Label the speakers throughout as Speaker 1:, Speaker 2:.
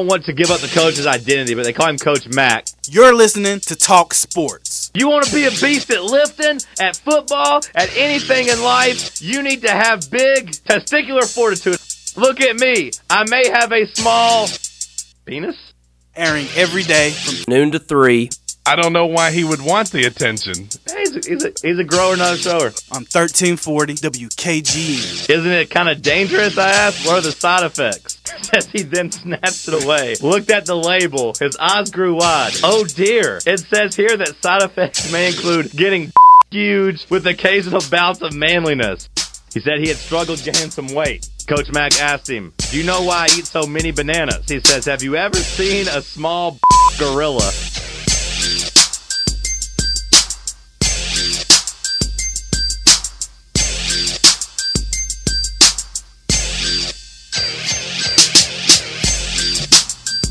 Speaker 1: don't want to give up the coach's identity, but they call him Coach Mac.
Speaker 2: You're listening to Talk Sports.
Speaker 1: You want to be a beast at lifting, at football, at anything in life, you need to have big testicular fortitude. Look at me. I may have a small penis.
Speaker 2: Airing every day from
Speaker 3: Noon to three.
Speaker 4: I don't know why he would want the attention.
Speaker 1: Hey, He's a, he's a, he's a grower, not a shower.
Speaker 2: on 1340 WKGN.
Speaker 1: Isn't it kind of dangerous, I asked? What are the side effects? As he then snatched it away, looked at the label. His eyes grew wide. Oh dear. It says here that side effects may include getting huge with occasional bouts of manliness. He said he had struggled gaining some weight. Coach Mack asked him, Do you know why I eat so many bananas? He says, Have you ever seen a small gorilla?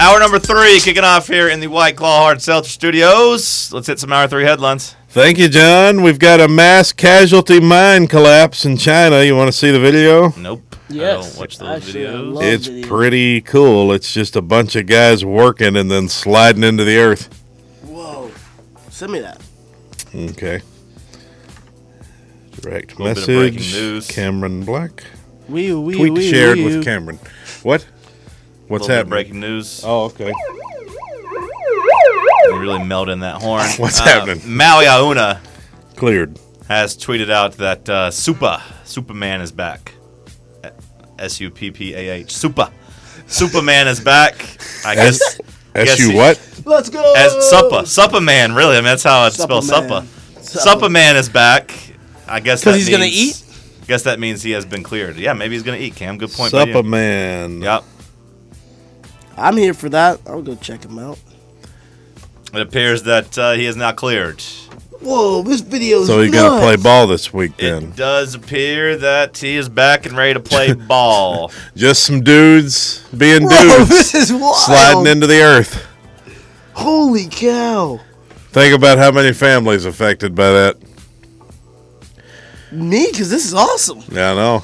Speaker 5: Hour number three kicking off here in the White Claw Hard Seltzer Studios. Let's hit some hour three headlines.
Speaker 6: Thank you, John. We've got a mass casualty mine collapse in China. You want to see the video?
Speaker 5: Nope. I
Speaker 3: Yes,
Speaker 5: don't watch those
Speaker 3: actually, I
Speaker 5: videos.
Speaker 3: love
Speaker 6: it's
Speaker 3: videos.
Speaker 6: pretty cool. It's just a bunch of guys working and then sliding into the earth.
Speaker 3: Whoa. Send me that.
Speaker 6: Okay. Direct
Speaker 5: Little bit of breaking news.
Speaker 6: message. Cameron Black.
Speaker 2: Wee, wee,
Speaker 6: Tweet
Speaker 2: wee,
Speaker 6: shared
Speaker 2: wee,
Speaker 6: with
Speaker 2: wee.
Speaker 6: Cameron. What? What's
Speaker 5: Little bit of
Speaker 6: happening?
Speaker 5: Breaking news.
Speaker 6: Oh, okay.
Speaker 5: We really meld in that horn.
Speaker 6: What's
Speaker 5: Uh,
Speaker 6: happening?
Speaker 5: Maui Auna
Speaker 6: Cleared.
Speaker 5: has tweeted out that uh, Supa, Superman is back. S U P P A H. Supa. Superman is back. I guess. I guess
Speaker 6: S you
Speaker 5: he-
Speaker 6: what?
Speaker 3: Let's go.
Speaker 5: As Suppa. Suppa Man, really. I mean, that's how I'd spell Suppa.
Speaker 3: Suppa
Speaker 5: Suppa Man is back. I guess
Speaker 2: 'Cause
Speaker 5: that
Speaker 2: he's gonna
Speaker 5: means- Guess that means he has been cleared. Yeah, maybe he's gonna eat. Cam, good point. by you.
Speaker 6: Supper man.
Speaker 5: Yep.
Speaker 3: I'm here for that. I'll go check him out.
Speaker 5: It appears that uh, he is now cleared.
Speaker 3: Whoa, this video is
Speaker 6: So you got to play ball this week
Speaker 5: It
Speaker 6: then.
Speaker 5: does appear that he is back and ready to play ball.
Speaker 6: Just some dudes being
Speaker 3: Whoa,
Speaker 6: dudes
Speaker 3: this is wild.
Speaker 6: sliding into the earth.
Speaker 3: Holy cow.
Speaker 6: Think about how many families affected by that.
Speaker 3: Me, because this is awesome.
Speaker 6: Yeah, I know.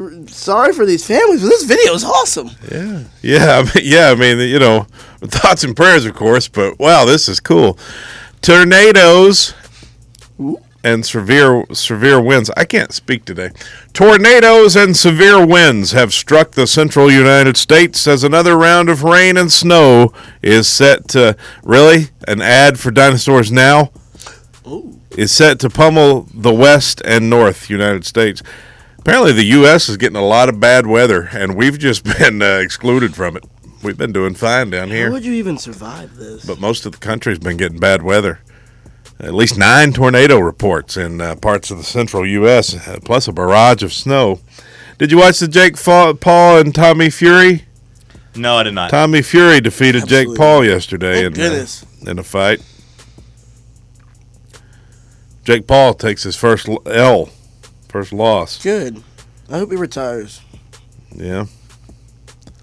Speaker 3: R- Sorry for these families, but this video is awesome.
Speaker 6: Yeah, yeah, I mean, yeah. I mean, you know, thoughts and prayers, of course. But wow, this is cool. Tornadoes and severe severe winds. I can't speak today. Tornadoes and severe winds have struck the central United States as another round of rain and snow is set to really an ad for dinosaurs now is set to pummel the west and north United States. Apparently, the U.S. is getting a lot of bad weather, and we've just been uh, excluded from it. We've been doing fine down
Speaker 3: How
Speaker 6: here,
Speaker 3: would you even survive this?
Speaker 6: but most of the country's been getting bad weather. At least nine tornado reports in uh, parts of the central U.S., uh, plus a barrage of snow. Did you watch the Jake Fa- Paul and Tommy Fury?
Speaker 5: no, I did not.
Speaker 6: Tommy Fury defeated
Speaker 3: Absolutely.
Speaker 6: Jake Paul yesterday
Speaker 3: Oh,
Speaker 6: in,
Speaker 3: goodness.
Speaker 6: uh, in a fight. Jake Paul takes his first l- L, first loss.
Speaker 3: Good. I hope he retires.
Speaker 6: Yeah.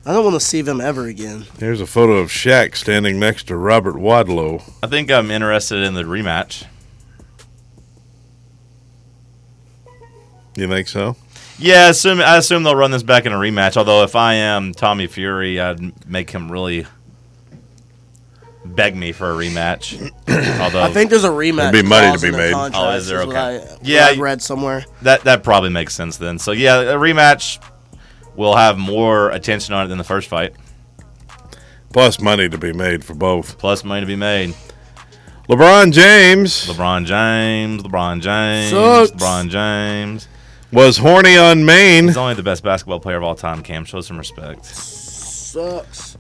Speaker 3: I don't want to see them ever again.
Speaker 6: Here's a photo of Shaq standing next to Robert Wadlow.
Speaker 5: I think I'm interested in the rematch.
Speaker 6: You think so?
Speaker 5: Yeah, I assume I assume they'll run this back in a rematch. Although if I am Tommy Fury, I'd make him really beg me for a rematch. Although
Speaker 3: I think there's a rematch.
Speaker 6: There'd be money to
Speaker 3: clause
Speaker 6: be
Speaker 3: in the
Speaker 6: made.
Speaker 3: contract,
Speaker 5: Oh, is there?
Speaker 3: what
Speaker 5: Okay.
Speaker 3: I- what
Speaker 5: Yeah,
Speaker 3: I
Speaker 5: you-
Speaker 3: read somewhere.
Speaker 5: that that probably makes sense then. So yeah, a rematch will have more attention on it than the first fight.
Speaker 6: Plus money to be made for both.
Speaker 5: Plus money to be made.
Speaker 6: LeBron James
Speaker 5: LeBron James, LeBron James,
Speaker 3: Sucks.
Speaker 5: LeBron James.
Speaker 6: was horny on Maine.
Speaker 5: He's only the best basketball player of all time. Cam, show some respect.
Speaker 3: Sucks.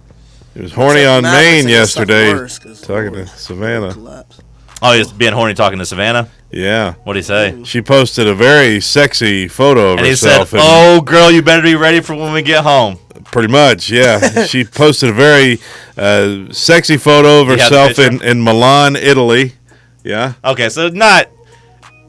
Speaker 6: He was horny
Speaker 3: Except
Speaker 6: on
Speaker 3: Mavericks,
Speaker 6: Maine
Speaker 3: it would suck
Speaker 6: yesterday.
Speaker 3: worse 'cause
Speaker 6: Talking to uh,
Speaker 3: Lord,
Speaker 6: Savannah.
Speaker 3: collapse.
Speaker 5: Oh, he's being horny talking to Savannah.
Speaker 6: Yeah.
Speaker 5: What would he say?
Speaker 6: She posted a very sexy photo of
Speaker 5: And he said,
Speaker 6: herself. in-
Speaker 5: "Oh, girl, you better be ready for when we get home."
Speaker 6: Pretty much, yeah. she posted a very uh, sexy photo of
Speaker 5: You have the
Speaker 6: herself in,
Speaker 5: picture?
Speaker 6: in Milan, Italy. Yeah.
Speaker 5: Okay, so not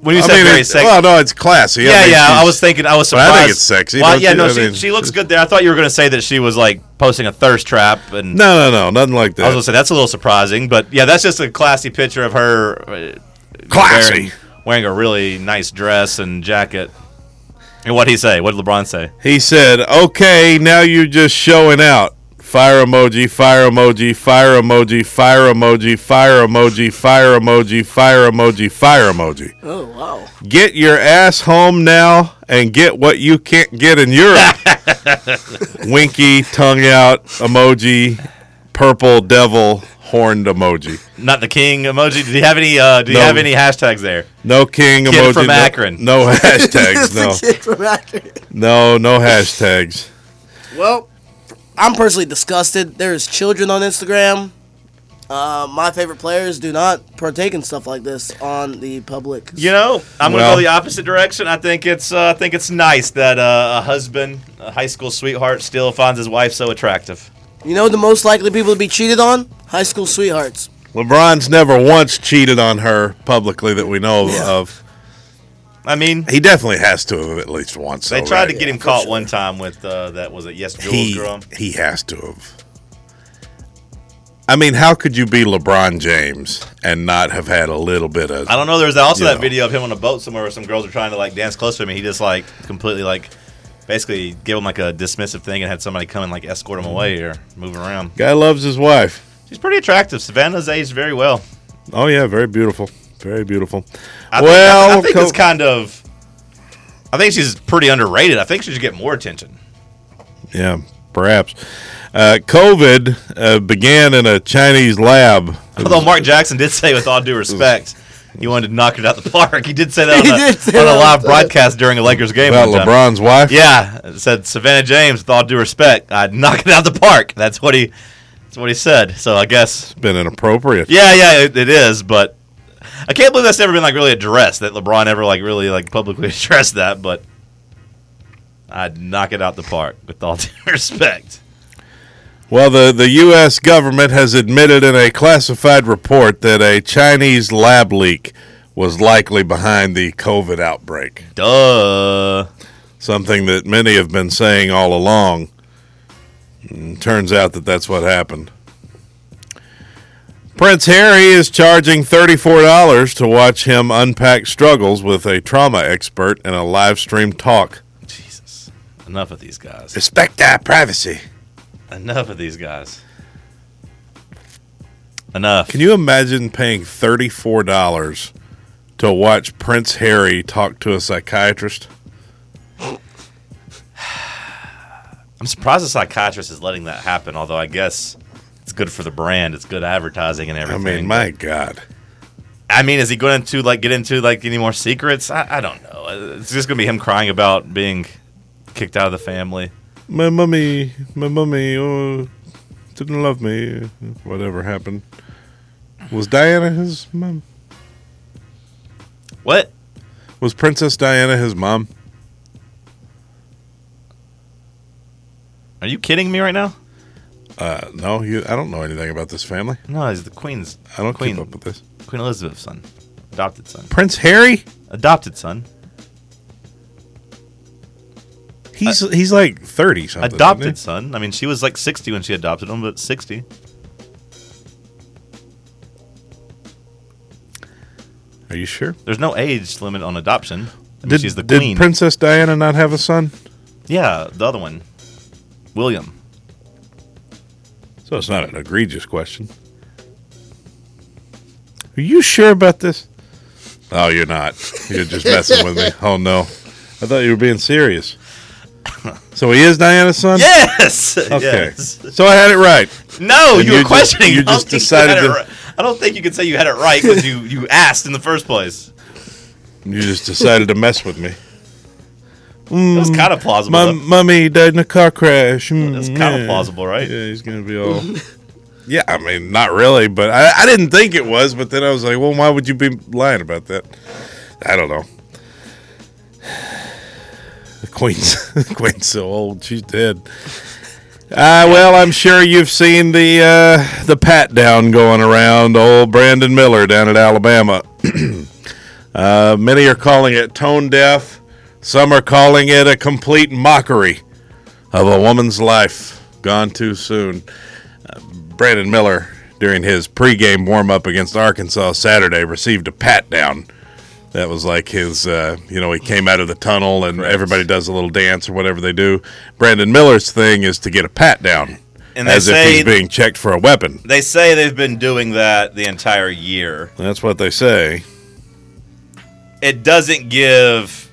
Speaker 5: when you
Speaker 6: I
Speaker 5: said
Speaker 6: mean,
Speaker 5: very
Speaker 6: it's-
Speaker 5: sexy.
Speaker 6: Well, no, it's classy.
Speaker 5: yeah,
Speaker 6: mean,
Speaker 5: yeah. I
Speaker 6: she's-
Speaker 5: was thinking. I was
Speaker 6: Well, I
Speaker 5: surprised.
Speaker 6: think it's sexy,
Speaker 5: Well,
Speaker 6: don't
Speaker 5: yeah,
Speaker 6: you?
Speaker 5: no,
Speaker 6: I
Speaker 5: she,
Speaker 6: mean-
Speaker 5: she looks good there. I thought you were going to say that she was like posting a thirst trap, and
Speaker 6: No, no, no, nothing like
Speaker 5: I was going
Speaker 6: that.
Speaker 5: to say that's a little surprising. But yeah, that's just a classy picture of her uh,
Speaker 6: Classy.
Speaker 5: wearing, wearing a really nice dress and jacket. And what'd he say? What did LeBron say?
Speaker 6: He said, "Okay, now you're just showing out." Fire emoji, fire emoji, fire emoji, fire emoji, fire emoji, fire emoji, fire emoji, fire emoji.
Speaker 3: Oh wow.
Speaker 6: Get your ass home now and get what you can't get in Europe. Winky, tongue out, emoji, purple devil, horned emoji.
Speaker 5: Not the king emoji. Did he have any? Uh, do you
Speaker 6: No.
Speaker 5: have any hashtags there?
Speaker 6: No king
Speaker 5: Kid
Speaker 6: emoji.
Speaker 5: from
Speaker 6: no-
Speaker 5: Akron.
Speaker 6: No, hashtags.
Speaker 3: The
Speaker 6: No,
Speaker 3: kid from Akron.
Speaker 6: no, no hashtags.
Speaker 3: Well, I'm personally disgusted. There's children on Instagram. Uh, my favorite players do not partake in stuff like this on the public.
Speaker 5: You know, I'm gonna
Speaker 6: Well-
Speaker 5: go the opposite direction. I think it's uh, I think it's nice that uh, a husband, a high school sweetheart, still finds his wife so attractive.
Speaker 3: You know the most likely people to be cheated on? High school sweethearts.
Speaker 6: LeBron's never once cheated on her publicly that we know of.
Speaker 5: I mean,
Speaker 6: He definitely has to have at least once.
Speaker 5: they
Speaker 6: though,
Speaker 5: tried
Speaker 6: right?
Speaker 5: to get him caught one time with uh, that was it. Yes, Jules
Speaker 6: He
Speaker 5: girl.
Speaker 6: he has to have. I mean, how could you be LeBron James and not have had a little bit of?
Speaker 5: I don't know. There's also
Speaker 6: You
Speaker 5: that
Speaker 6: know.
Speaker 5: video of him on a boat somewhere where some girls are trying to like dance close to him, and he just like completely like basically gave him like a dismissive thing and had somebody come and like escort him away or move around.
Speaker 6: Guy loves his wife.
Speaker 5: She's pretty attractive. Savannah's aged very well.
Speaker 6: Oh yeah, very beautiful, very beautiful.
Speaker 5: I think-
Speaker 6: well,
Speaker 5: I think,
Speaker 6: co-
Speaker 5: it's kind of. I think she's pretty underrated. I think she should get more attention.
Speaker 6: yeah, perhaps. Uh, COVID uh, began in a Chinese lab.
Speaker 5: Although Mark Jackson did say, with all due respect, he wanted to knock it out the park. He did say that
Speaker 3: He
Speaker 5: on,
Speaker 3: did say
Speaker 5: a, on a
Speaker 3: that.
Speaker 5: live broadcast during a Lakers game.
Speaker 6: About
Speaker 5: one time.
Speaker 6: LeBron's wife.
Speaker 5: uh, Yeah, it said Savannah James. With all due respect, I'd knock it out the park. That's what he. That's what he said. So I guess.
Speaker 6: been inappropriate.
Speaker 5: Yeah, yeah, it, it is. But I can't believe that's never been like really addressed. That LeBron ever like really like publicly addressed that. But I'd knock it out the park with all due respect.
Speaker 6: Well, the, the U.S. government has admitted in a classified report that a Chinese lab leak was likely behind the COVID outbreak,
Speaker 5: Duh.
Speaker 6: something that many have been saying all along. And turns out that that's what happened. Prince Harry is charging $34 to watch him unpack struggles with a trauma expert in a live stream talk.
Speaker 5: Jesus. Enough of these guys.
Speaker 6: Respect our privacy.
Speaker 5: Enough of these guys. Enough.
Speaker 6: Can you imagine paying $34 to watch Prince Harry talk to a psychiatrist?
Speaker 5: I'm surprised the psychiatrist is letting that happen, although I guess it's good for the brand. It's good advertising and
Speaker 6: I
Speaker 5: everything.
Speaker 6: mean, my God.
Speaker 5: I mean, is he going to like get into like any more secrets? I, I don't know. It's just going to be him crying about being kicked out of the family.
Speaker 6: My mummy, my mummy, oh, didn't love me. Whatever happened. Was Diana his mom?
Speaker 5: What?
Speaker 6: Was Princess Diana his mom?
Speaker 5: Are you kidding me right now?
Speaker 6: Uh, no, you, I don't know anything about this family.
Speaker 5: No, he's the queen's.
Speaker 6: I don't
Speaker 5: queen,
Speaker 6: keep up with this.
Speaker 5: Queen Elizabeth's son, adopted son,
Speaker 6: Prince Harry?
Speaker 5: adopted son,
Speaker 6: He's he's like 30 something. isn't he?
Speaker 5: Uh, adopted son. I mean, she was like 60 when she adopted him, but 60.
Speaker 6: Are you sure?
Speaker 5: There's no age limit on adoption. I mean,
Speaker 6: Did,
Speaker 5: she's the
Speaker 6: did
Speaker 5: queen.
Speaker 6: Princess Diana not have a son?
Speaker 5: yeah, the other one, William.
Speaker 6: So it's not an egregious question. Are you sure about this? Oh, you're not. You're just messing with me. Oh no, I thought you were being serious. So he is Diana's son.
Speaker 5: Yes.
Speaker 6: Okay.
Speaker 5: Yes.
Speaker 6: So I had it right.
Speaker 5: No,
Speaker 6: And
Speaker 5: you were
Speaker 6: you just-
Speaker 5: questioning.
Speaker 6: you
Speaker 5: I don't
Speaker 6: just
Speaker 5: think you
Speaker 6: decided
Speaker 5: had it
Speaker 6: to-
Speaker 5: right. I don't think you could say you had it right because you you asked in the first place.
Speaker 6: You just decided to mess with me.
Speaker 5: It was kind of plausible.
Speaker 6: Mm. My
Speaker 5: though.
Speaker 6: mummy died in a car crash. Mm.
Speaker 5: Mm, That's kinda plausible, right?
Speaker 6: Yeah, he's gonna be all. yeah, I mean, not really, but I, I didn't think it was. But then I was like, well, why would you be lying about that? I don't know. The queen's the queen's so old, she's dead. Uh, well, I'm sure you've seen the uh, the pat down going around old Brandon Miller down at Alabama. uh, many are calling it tone deaf. Some are calling it a complete mockery of a woman's life gone too soon. Uh, Brandon Miller, during his pregame warm up against Arkansas Saturday, received a pat down That was like his, uh, you know, he came out of the tunnel and everybody does a little dance or whatever they do. Brandon Miller's thing is to get a pat down
Speaker 5: And they
Speaker 6: as if
Speaker 5: say-
Speaker 6: he's being checked for a weapon.
Speaker 5: They say they've been doing that the entire year.
Speaker 6: That's what they say.
Speaker 5: It doesn't give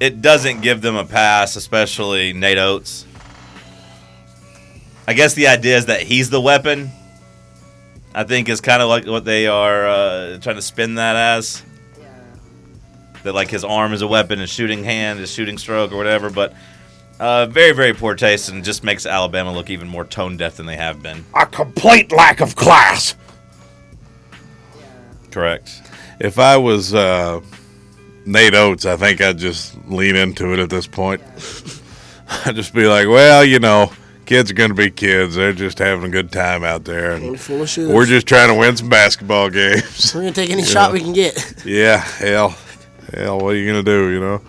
Speaker 5: it doesn't give them a pass, especially Nate Oates. I guess the idea is that he's the weapon. I think is kind of like what they are uh, trying to spin that as. That like his arm is a weapon, his shooting hand, his shooting stroke, or whatever. But uh, very, very poor taste, and just makes Alabama look even more tone deaf than they have been.
Speaker 6: A complete lack of class.
Speaker 5: Correct.
Speaker 6: If I was uh, Nate Oates, I think I'd just lean into it at this point. I'd just be like, well, you know, kids are going to be kids. They're just having a good time out there.
Speaker 3: We're
Speaker 6: And
Speaker 3: full of shit.
Speaker 6: we're just trying to win some basketball games.
Speaker 3: We're gonna take any shot we can get.
Speaker 6: yeah, hell. Hell, what are you going to do, you know?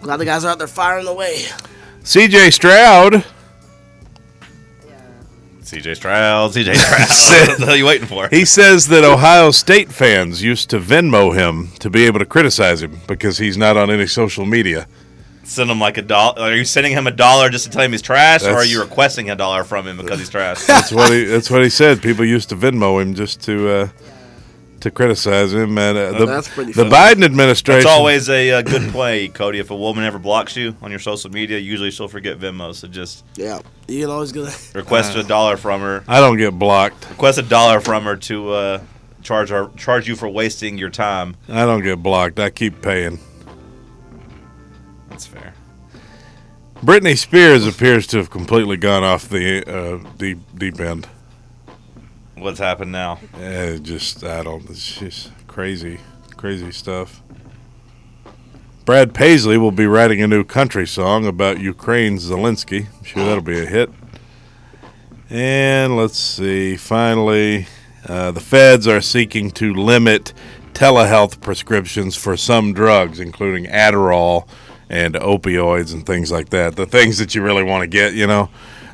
Speaker 3: Glad the guys are out there firing away.
Speaker 6: CJ Stroud.
Speaker 5: CJ Stroud, CJ Stroud. what the hell are you waiting for?
Speaker 6: He says that Ohio State fans used to Venmo him to be able to criticize him because he's not on any social media.
Speaker 5: Send him like a dollar. Are you sending him a dollar just to tell him he's trash, or are
Speaker 6: That's-
Speaker 5: you requesting a dollar from him because he's trash?
Speaker 6: That's what he. That's what he said. People used to Venmo him just to uh, to criticize him. And uh, the,
Speaker 3: That's pretty
Speaker 6: the
Speaker 3: funny.
Speaker 6: Biden administration.
Speaker 5: It's always a uh, good play, Cody. If a woman ever blocks you on your social media, usually she'll forget Venmo. So just
Speaker 3: Yeah, you can always go. That.
Speaker 5: request a dollar from her.
Speaker 6: I don't get blocked.
Speaker 5: Request a dollar from her to uh, charge her, charge you for wasting your time.
Speaker 6: I don't get blocked. I keep paying.
Speaker 5: That's fair.
Speaker 6: Britney Spears appears to have completely gone off the uh, deep deep end.
Speaker 5: What's happened now?
Speaker 6: Uh, just I don't. It's just crazy, crazy stuff. Brad Paisley will be writing a new country song about Ukraine's Zelensky. I'm sure that'll be a hit. And let's see. Finally, uh, the feds are seeking to limit telehealth prescriptions for some drugs, including Adderall and opioids and things like that. The things that you really want to get, you know.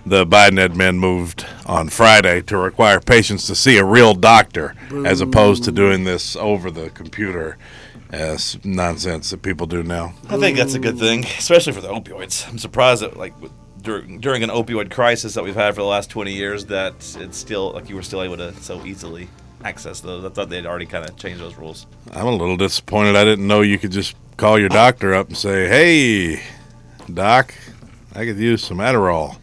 Speaker 6: The Biden admin moved on Friday to require patients to see a real doctor as opposed to doing this over the computer as nonsense that people do now.
Speaker 5: I think that's a good thing, especially for the opioids. I'm surprised that like with- during during an opioid crisis that we've had for the last 20 years, that it's still like you were still able to so easily access those. I thought they'd already kind of changed those rules.
Speaker 6: I'm a little disappointed. I didn't know you could just call your doctor up and say, "Hey, doc, I could use some Adderall."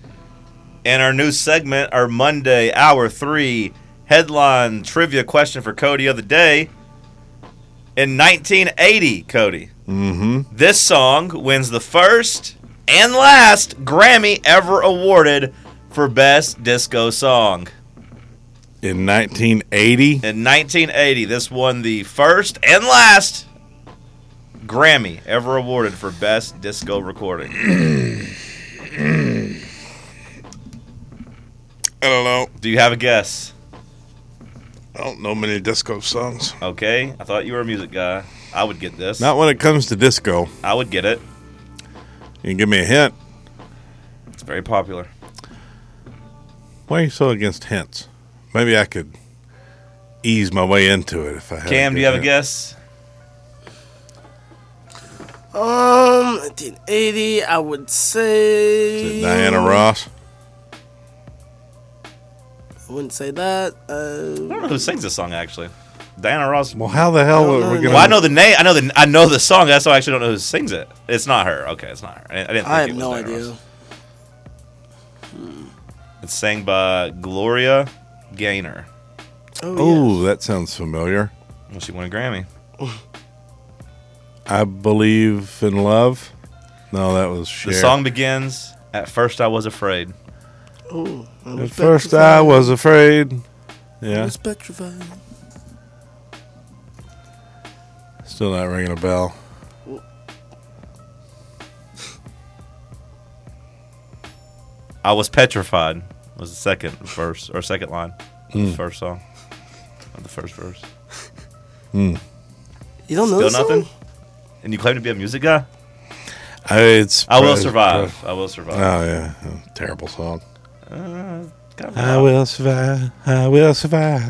Speaker 5: And our new segment, our Monday hour three headline trivia question for Cody of the day. In 1980, Cody, mm-hmm. this song wins the first and last Grammy ever awarded for best disco song.
Speaker 6: In 1980,
Speaker 5: In 1980, this won the first and last Grammy ever awarded for Best Disco Recording.
Speaker 6: I don't know.
Speaker 5: Do you have a guess?
Speaker 6: I don't know many disco songs.
Speaker 5: Okay, I thought you were a music guy. I would get this.
Speaker 6: Not when it comes to disco.
Speaker 5: I would get it.
Speaker 6: You can give me a hint.
Speaker 5: It's very popular.
Speaker 6: Why are you so against hints? Maybe I could ease my way into it if I had
Speaker 5: Cam, do you have a
Speaker 6: hint.
Speaker 5: guess?
Speaker 3: Um, 1980, I would say.
Speaker 6: Is it Diana Ross.
Speaker 3: I wouldn't say that.
Speaker 5: I
Speaker 3: Uh,
Speaker 5: don't know who sings this song actually. Diana Ross.
Speaker 6: Well, how the hell
Speaker 3: don't
Speaker 6: are
Speaker 3: know
Speaker 6: we
Speaker 3: the
Speaker 6: gonna?
Speaker 5: Well, I know the name. I know the I know the song. That's why I actually don't know who sings it. It's not her. Okay, it's not her. I, I didn't. Think
Speaker 3: I
Speaker 5: it
Speaker 3: have
Speaker 5: was
Speaker 3: no
Speaker 5: Diana
Speaker 3: idea.
Speaker 5: Ross. It's sang by Gloria Gaynor.
Speaker 3: Oh,
Speaker 6: Oh, that sounds familiar.
Speaker 5: Well, she won a Grammy.
Speaker 6: I believe in love. No, that was
Speaker 5: The
Speaker 6: Cher.
Speaker 5: song begins. At first, I was afraid.
Speaker 3: yeah.
Speaker 6: At first, I was afraid. Yeah,
Speaker 3: was petrified.
Speaker 6: still not ringing a bell.
Speaker 5: I was petrified was the second verse or second line, of the
Speaker 6: Hmm.
Speaker 5: first song, of the first verse.
Speaker 3: You don't know
Speaker 5: Still
Speaker 3: this song?
Speaker 5: nothing. And you claim to be a music guy?
Speaker 6: I, it's
Speaker 5: I will
Speaker 6: pri-
Speaker 5: survive. I will survive.
Speaker 6: pri- Oh yeah, terrible song.
Speaker 5: Kind, of a
Speaker 6: I
Speaker 5: bop.
Speaker 6: will survive. I will survive.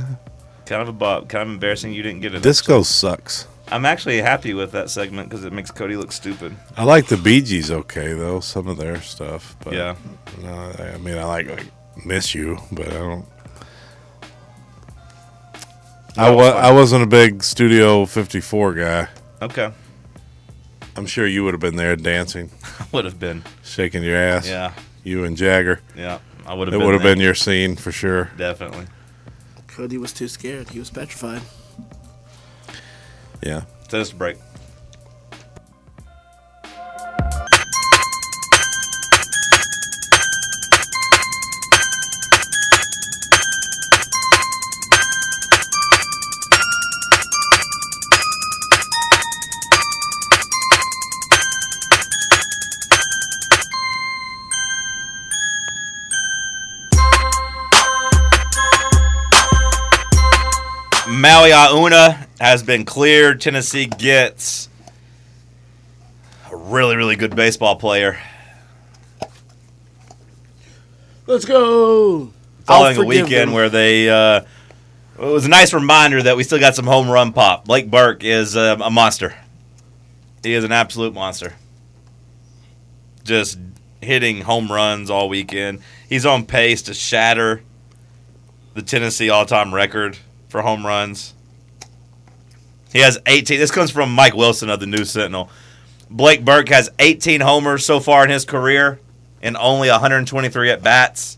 Speaker 5: kind of a bop. Kind of embarrassing you didn't get it.
Speaker 6: Disco sucks.
Speaker 5: I'm actually happy with that segment because it makes Cody look stupid.
Speaker 6: I like the Bee Gees okay though, some of their stuff. But
Speaker 5: Yeah.
Speaker 6: no, I I mean I like, like Miss You, but I don't. I was I wasn't a big Studio 54 guy.
Speaker 5: Okay.
Speaker 6: I'm sure you would have been there dancing,
Speaker 5: Would have been.
Speaker 6: shaking your ass.
Speaker 5: Yeah.
Speaker 6: You and Jagger.
Speaker 5: Yeah. I would have
Speaker 6: It
Speaker 5: been.
Speaker 6: would have
Speaker 5: there.
Speaker 6: been your scene for sure.
Speaker 5: Definitely.
Speaker 3: Cody was too scared. He was petrified.
Speaker 6: Yeah.
Speaker 5: Take us a break. Maui Auna has been cleared. Tennessee gets a really, really good baseball player.
Speaker 3: Let's go.
Speaker 5: Following
Speaker 3: I'll
Speaker 5: a
Speaker 3: forgive
Speaker 5: weekend
Speaker 3: them.
Speaker 5: where they, uh, it was a nice reminder that we still got some home run pop. Blake Burke is um, a monster. He is an absolute monster. Just hitting home runs all weekend. He's on pace to shatter the Tennessee all-time record for home runs. He has 18. This comes from Mike Wilson of the New Sentinel. Blake Burke has 18 homers so far in his career and only 123 at bats.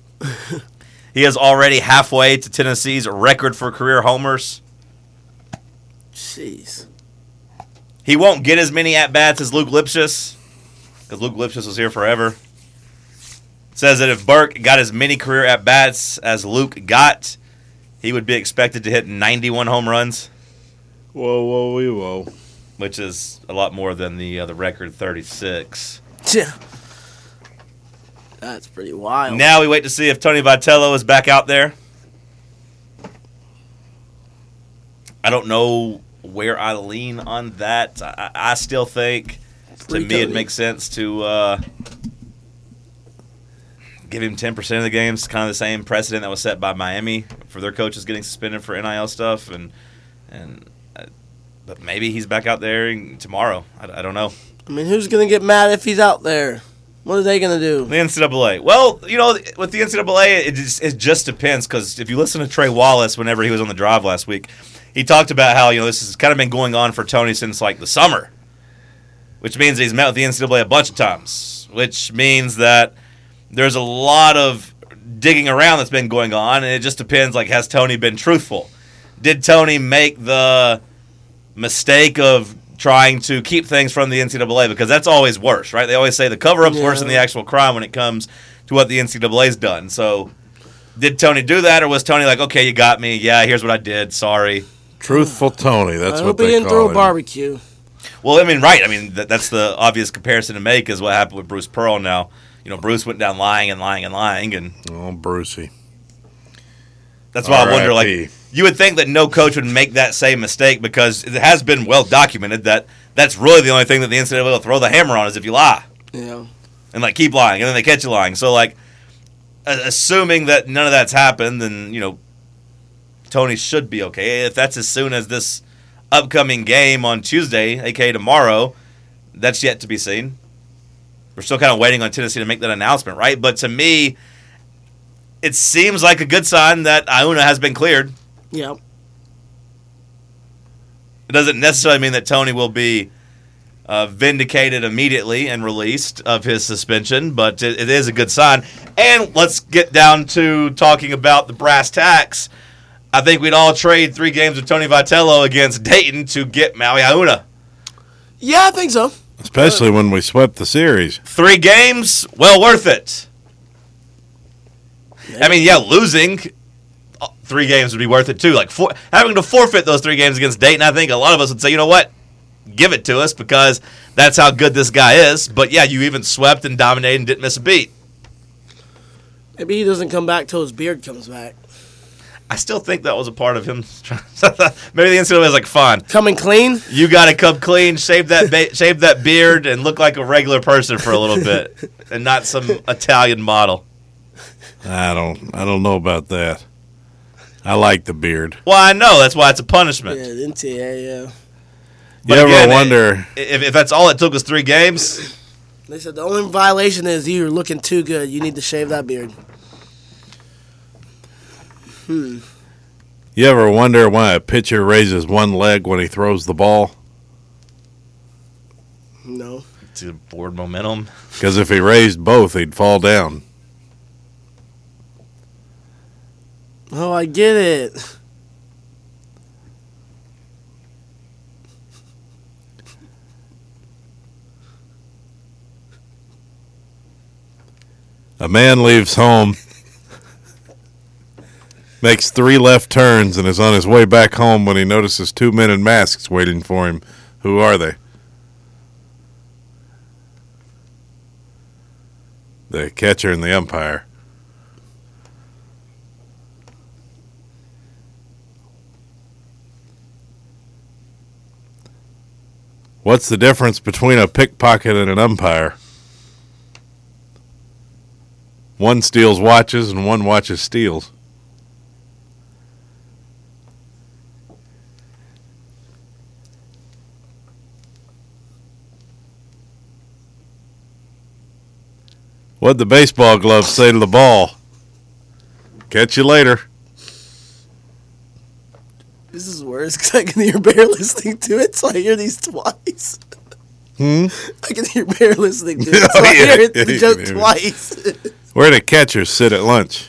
Speaker 5: he is already halfway to Tennessee's record for career homers.
Speaker 3: Jeez.
Speaker 5: He won't get as many at bats as Luke Lipschitz because Luke Lipschitz was here forever. Says that if Burke got as many career at bats as Luke got, he would be expected to hit 91 home runs,
Speaker 6: Whoa, whoa, wee, whoa.
Speaker 5: which is a lot more than the uh, the record 36.
Speaker 3: Yeah. That's pretty wild.
Speaker 5: Now we wait to see if Tony Vitello is back out there. I don't know where I lean on that. I, I I still think, to
Speaker 3: Free
Speaker 5: me, it
Speaker 3: Tony.
Speaker 5: makes sense to uh, give him 10% of the games, kind of the same precedent that was set by Miami for their coaches getting suspended for NIL stuff. And, and uh, But maybe he's back out there tomorrow. I, I don't know.
Speaker 3: I mean, who's gonna get mad if he's out there? What are they gonna do?
Speaker 5: The NCAA. Well, you know, with the NCAA, it just, it just depends because if you listen to Trey Wallace whenever he was on the drive last week, he talked about how you know this has kind of been going on for Tony since like the summer, which means he's met with the NCAA a bunch of times, which means that there's a lot of digging around that's been going on, and it just depends like has Tony been truthful? Did Tony make the mistake of trying to keep things from the NCAA because that's always worse, right? They always say the cover up's worse than the
Speaker 3: Yeah.
Speaker 5: actual crime when it comes to what the NCAA's done. So, did Tony do that, or was Tony like, okay, you got me. Yeah, here's what I did. Sorry.
Speaker 6: Truthful Tony. That's
Speaker 3: I
Speaker 6: what
Speaker 3: hope he
Speaker 6: they
Speaker 3: didn't
Speaker 6: call
Speaker 3: throw a
Speaker 6: him.
Speaker 3: barbecue.
Speaker 5: Well, I mean, right. I mean, that, that's the obvious comparison to make is what happened with Bruce Pearl now. You know, Bruce went down lying and lying and lying, and
Speaker 6: Oh, Brucey.
Speaker 5: That's why I wonder.
Speaker 6: RIP.
Speaker 5: Like, you would think that no coach would make that same mistake because it has been well documented that that's really the only thing that the NCAA will throw the hammer on is if you lie
Speaker 3: Yeah.
Speaker 5: and like keep lying, and then they catch you lying. So like, a- assuming that none of that's happened, then you know, Tony should be okay. If that's as soon as this upcoming game on Tuesday, aka tomorrow, that's yet to be seen. We're still kind of waiting on Tennessee to make that announcement, right? But to me, it seems like a good sign that Iona has been cleared.
Speaker 3: Yeah.
Speaker 5: It doesn't necessarily mean that Tony will be uh, vindicated immediately and released of his suspension, but it, it is a good sign. And let's get down to talking about the brass tacks. I think we'd all trade three games of Tony Vitello against Dayton to get Maui Auna.
Speaker 3: Yeah, I think so.
Speaker 6: Especially when we swept the series.
Speaker 5: Three games, well worth it. I mean, yeah, losing uh, three games would be worth it too. Like for, having to forfeit those three games against Dayton, I think a lot of us would say, you know what, give it to us because that's how good this guy is. But yeah, you even swept and dominated and didn't miss a beat.
Speaker 3: Maybe he doesn't come back till his beard comes back.
Speaker 5: I still think that was a part of him. trying- Maybe the NCAA was like, fine,
Speaker 3: Coming clean?
Speaker 5: you got to come clean, shave that ba- shave that beard, and look like a regular person for a little bit, and not some Italian model.
Speaker 6: I don't I don't know about that. I like the beard.
Speaker 5: Well, I know that's why it's a punishment.
Speaker 3: Yeah, the NTA, yeah.
Speaker 6: You
Speaker 5: But
Speaker 6: ever
Speaker 5: again,
Speaker 6: wonder?
Speaker 5: If, if that's all it took was three games,
Speaker 3: They said the only violation is you're looking too good. You need to shave that beard.
Speaker 6: You ever wonder why a pitcher raises one leg when he throws the ball?
Speaker 3: No.
Speaker 5: to board momentum.
Speaker 6: Because if he raised both, he'd fall down.
Speaker 3: Oh, I get it.
Speaker 6: A man leaves home, makes three left turns, and is on his way back home when he notices two men in masks waiting for him. Who are they? The catcher and the umpire. What's the difference between a pickpocket and an umpire? One steals watches and one watches steals. What'd the baseball glove say to the ball? Catch you later.
Speaker 3: This is worse because I can hear Bear listening to it, so I hear these twice.
Speaker 6: Hmm?
Speaker 3: I can hear Bear listening to it, so
Speaker 6: Oh,
Speaker 3: I
Speaker 6: yeah.
Speaker 3: hear it
Speaker 6: Yeah,
Speaker 3: the
Speaker 6: you
Speaker 3: joke
Speaker 6: can hear it.
Speaker 3: twice.
Speaker 6: Where do catchers sit at lunch?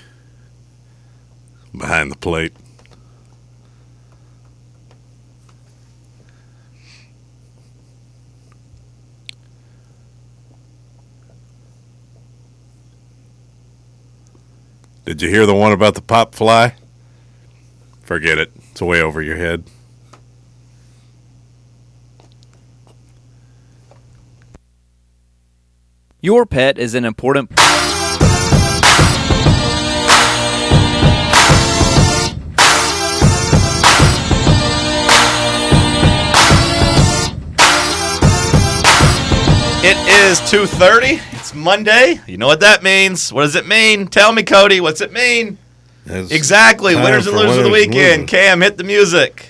Speaker 6: Behind the plate. Did you hear the one about the pop fly? Forget it. It's way over your head.
Speaker 7: Your pet is an important.
Speaker 5: It is 2.30. It's Monday. You know what that means. What does it mean? Tell me, Cody. What's it mean? Exactly.
Speaker 6: Time
Speaker 5: Winners and
Speaker 6: for
Speaker 5: losers of the
Speaker 6: winners and
Speaker 5: weekend.
Speaker 6: losers.
Speaker 5: Cam, hit the music.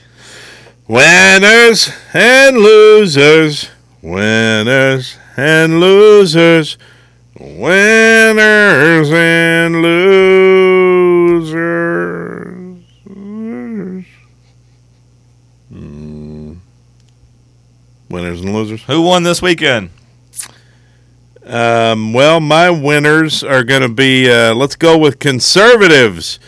Speaker 6: Winners and losers, winners and losers, winners and losers. Hmm. Winners and losers.
Speaker 5: Who won this weekend?
Speaker 6: Um, well, my winners are going to be uh, let's go with conservatives.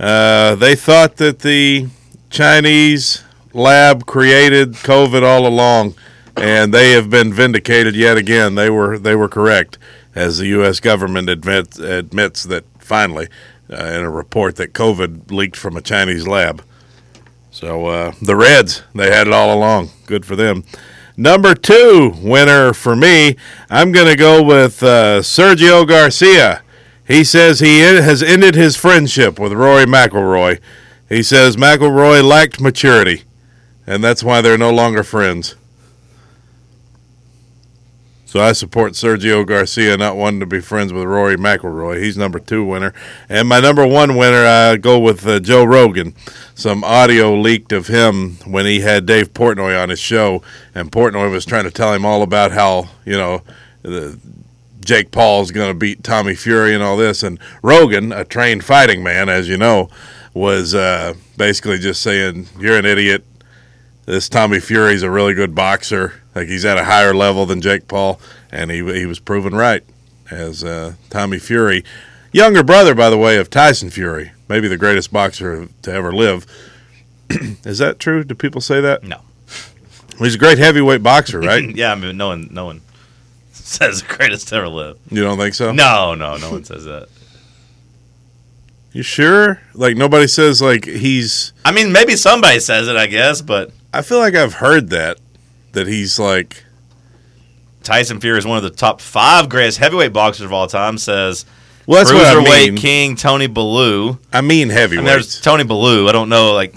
Speaker 6: Uh, they thought that the Chinese lab created COVID all along, and they have been vindicated yet again. They were they were correct, as the U.S. government admits admits that finally uh, in a report that COVID leaked from a Chinese lab. So uh, the Reds, they had it all along. Good for them. Number two winner for me, I'm going to go with uh, Sergio Garcia. He says he en- has ended his friendship with Rory McIlroy. He says McIlroy lacked maturity, and that's why they're no longer friends. So I support Sergio Garcia not wanting to be friends with Rory McIlroy. He's number two winner, and my number one winner, I go with uh, Joe Rogan. Some audio leaked of him when he had Dave Portnoy on his show, and Portnoy was trying to tell him all about how you know the, Jake Paul's going to beat Tommy Fury and all this, and Rogan, a trained fighting man, as you know, was uh, basically just saying, "You're an idiot this Tommy Fury's a really good boxer. Like he's at a higher level than Jake Paul, and he he was proven right as uh, Tommy Fury, younger brother, by the way, of Tyson Fury, maybe the greatest boxer to ever live. Is that true? Do people say that?
Speaker 5: No.
Speaker 6: He's a great heavyweight boxer, right?
Speaker 5: Yeah, I mean, no one, no one says the greatest to ever live.
Speaker 6: you don't think so?
Speaker 5: No, no, no one says that.
Speaker 6: You sure? Like nobody says like he's.
Speaker 5: I mean, maybe somebody says it, I guess, but
Speaker 6: I feel like I've heard that that he's like
Speaker 5: Tyson Fury is one of the top five greatest heavyweight boxers of all time. Says
Speaker 6: well, that's what I
Speaker 5: cruiserweight
Speaker 6: mean.
Speaker 5: king Tony Bellew. I
Speaker 6: I mean
Speaker 5: mean,
Speaker 6: heavyweight.
Speaker 5: there's Tony Bellew. I don't know, like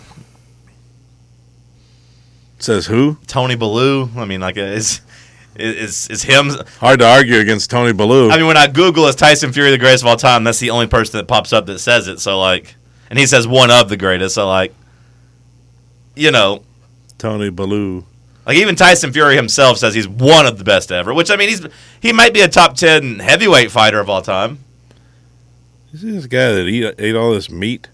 Speaker 6: says who?
Speaker 5: Tony Bellew. I mean, like is is is him?
Speaker 6: Hard to argue against Tony Bellew.
Speaker 5: I mean, when I Google is Tyson Fury the greatest of all time, that's the only person that pops up that says it. So like, and he says one of the greatest. So like, you know,
Speaker 6: Tony Bellew.
Speaker 5: Like even Tyson Fury himself says he's one of the best ever. Which I mean, he's he might be a top ten heavyweight fighter of all time.
Speaker 6: Is this guy that eat, ate all this meat?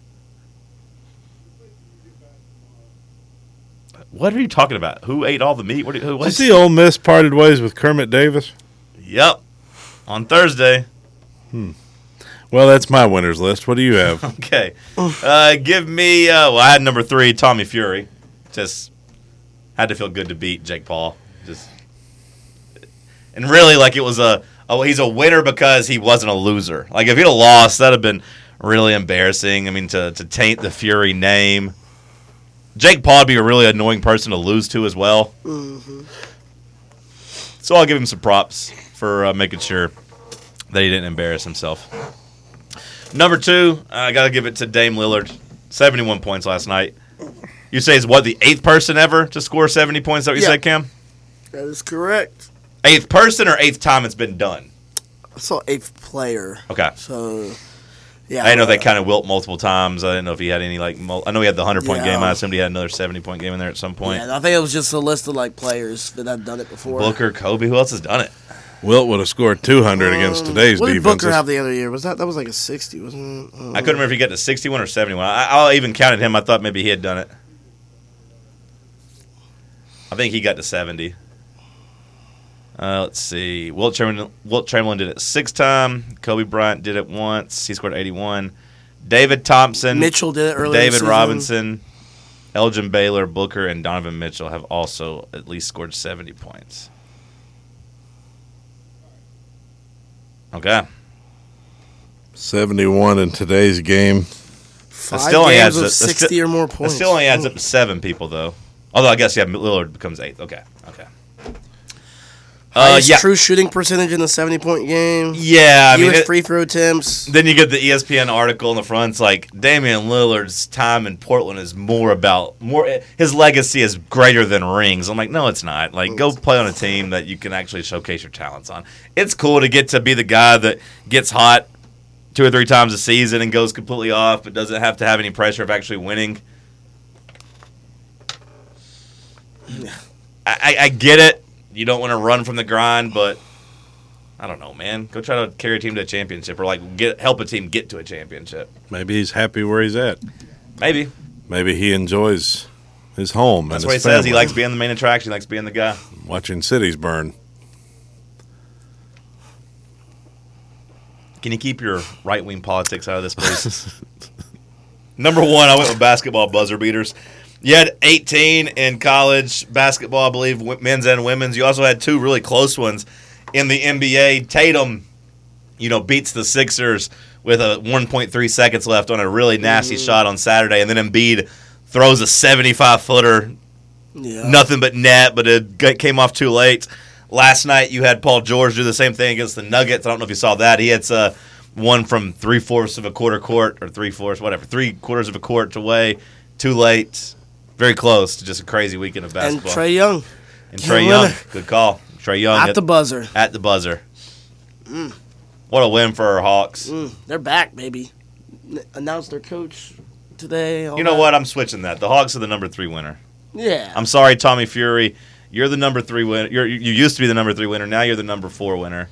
Speaker 5: What are you talking about? Who ate all the meat? What? do you- Who,
Speaker 6: Did you
Speaker 5: what?
Speaker 6: see Ole Miss parted ways with Kermit Davis?
Speaker 5: Yep. On Thursday.
Speaker 6: Well, that's my winners list. What do you have?
Speaker 5: Okay. Uh, give me. Uh, well, I had number three, Tommy Fury. Just had to feel good to beat Jake Paul. Just and really, like it was a. Oh, he's a winner because he wasn't a loser. Like if he'd have lost, that'd have been really embarrassing. I mean, to to taint the Fury name. Jake Paul would be a really annoying person to lose to as well. So I'll give him some props for uh, making sure that he didn't embarrass himself. Number two, I gotta give it to Dame Lillard. Seventy-one points last night. You say is what the eighth person ever to score seventy points? Is That what you
Speaker 3: Yeah.
Speaker 5: said, Cam?
Speaker 3: That is correct.
Speaker 5: Eighth person or eighth time it's been done?
Speaker 3: I saw eighth player.
Speaker 5: Okay.
Speaker 3: So, yeah.
Speaker 5: I didn't know they
Speaker 3: uh,
Speaker 5: kind of wilt multiple times. I didn't know if he had any like. Mul- I know he had the hundred point
Speaker 3: Yeah.
Speaker 5: game. I assumed he had another seventy point game in there at some point.
Speaker 3: Yeah, I think it was just a list of like players that had done it before.
Speaker 5: Booker, Kobe, who else has done it?
Speaker 6: Wilt would have scored 200
Speaker 5: Uh,
Speaker 6: against today's
Speaker 8: What did
Speaker 6: defense.
Speaker 8: Booker have the other year? Was that that was like a sixty, wasn't it?
Speaker 3: Oh.
Speaker 8: Uh,
Speaker 5: I couldn't remember if he got to sixty-one or seventy-one. I, I even counted him. I thought maybe he had done it. I think he got to seventy. Uh, let's see. Wilt Chamberlain, Wilt Chamberlain did it six time. Kobe Bryant did it once. He scored eighty-one. David Thompson,
Speaker 3: Mitchell did it earlier. in the
Speaker 5: David
Speaker 3: season.
Speaker 5: Robinson, Elgin Baylor, Booker, and Donovan Mitchell have also at least scored seventy points. Okay,
Speaker 6: 71 in today's game.
Speaker 3: Five
Speaker 5: still only
Speaker 3: games
Speaker 5: adds
Speaker 3: of
Speaker 5: up- that still-
Speaker 3: sixty or more
Speaker 5: It
Speaker 3: points.
Speaker 5: still only adds up to seven people, though. Although I guess yeah, Lillard becomes eighth. Okay, okay. Uh,
Speaker 3: Highest
Speaker 5: yeah,
Speaker 3: True shooting percentage in the seventy-point game.
Speaker 5: yeah. I mean,
Speaker 3: Fewest
Speaker 5: it-
Speaker 3: free throw attempts.
Speaker 5: then you get the E ESPN article in the front. It's like Damian Lillard's time in Portland is more about more. His legacy is greater than rings. I'm like, no, it's not. Like, go play on a team that you can actually showcase your talents on. It's cool to get to be the guy that gets hot two or three times a season and goes completely off, but doesn't have to have any pressure of actually winning. I, I, I get it. You don't want to run from the grind, but I don't know, man. Go try to carry a team to a championship, or like get help a team get to a championship.
Speaker 6: Maybe he's happy where he's at.
Speaker 5: Maybe
Speaker 6: Maybe he enjoys his home.
Speaker 5: that's
Speaker 6: and
Speaker 5: what he
Speaker 6: his
Speaker 5: says. He
Speaker 6: family,
Speaker 5: likes being the main attraction. He likes being the guy.
Speaker 6: watching cities burn.
Speaker 5: Can you keep your right wing politics out of this, please? Number one, I went with basketball buzzer beaters. You had 18 in college basketball, I believe, w- men's and women's. You also had two really close ones in the NBA. Tatum, you know, beats the Sixers with a 1.3 seconds left on a really nasty shot on Saturday, and then Embiid throws a 75 footer
Speaker 3: Yeah.
Speaker 5: nothing but net, but it g- came off too late. Last night you had Paul George do the same thing against the Nuggets. I don't know if you saw that. He hits uh, one from three fourths of a quarter court or three fourths, whatever, three quarters of a court away. Too late. Very close to just a crazy weekend of
Speaker 3: And
Speaker 5: basketball.
Speaker 3: Trey Young
Speaker 5: And Trey
Speaker 3: Young
Speaker 5: Young,
Speaker 3: winner.
Speaker 5: good call. Trey Young
Speaker 3: at the buzzer.
Speaker 5: at the buzzer. What a win for our Hawks.
Speaker 3: Mm, they're back, baby. N- announced their coach today. all
Speaker 5: You know
Speaker 3: that.
Speaker 5: what? I'm switching that. The Hawks are the number three winner.
Speaker 3: Yeah.
Speaker 5: I'm sorry, Tommy Fury. You're the number three winner. You're, you used to be the number three winner. Now you're the number four winner.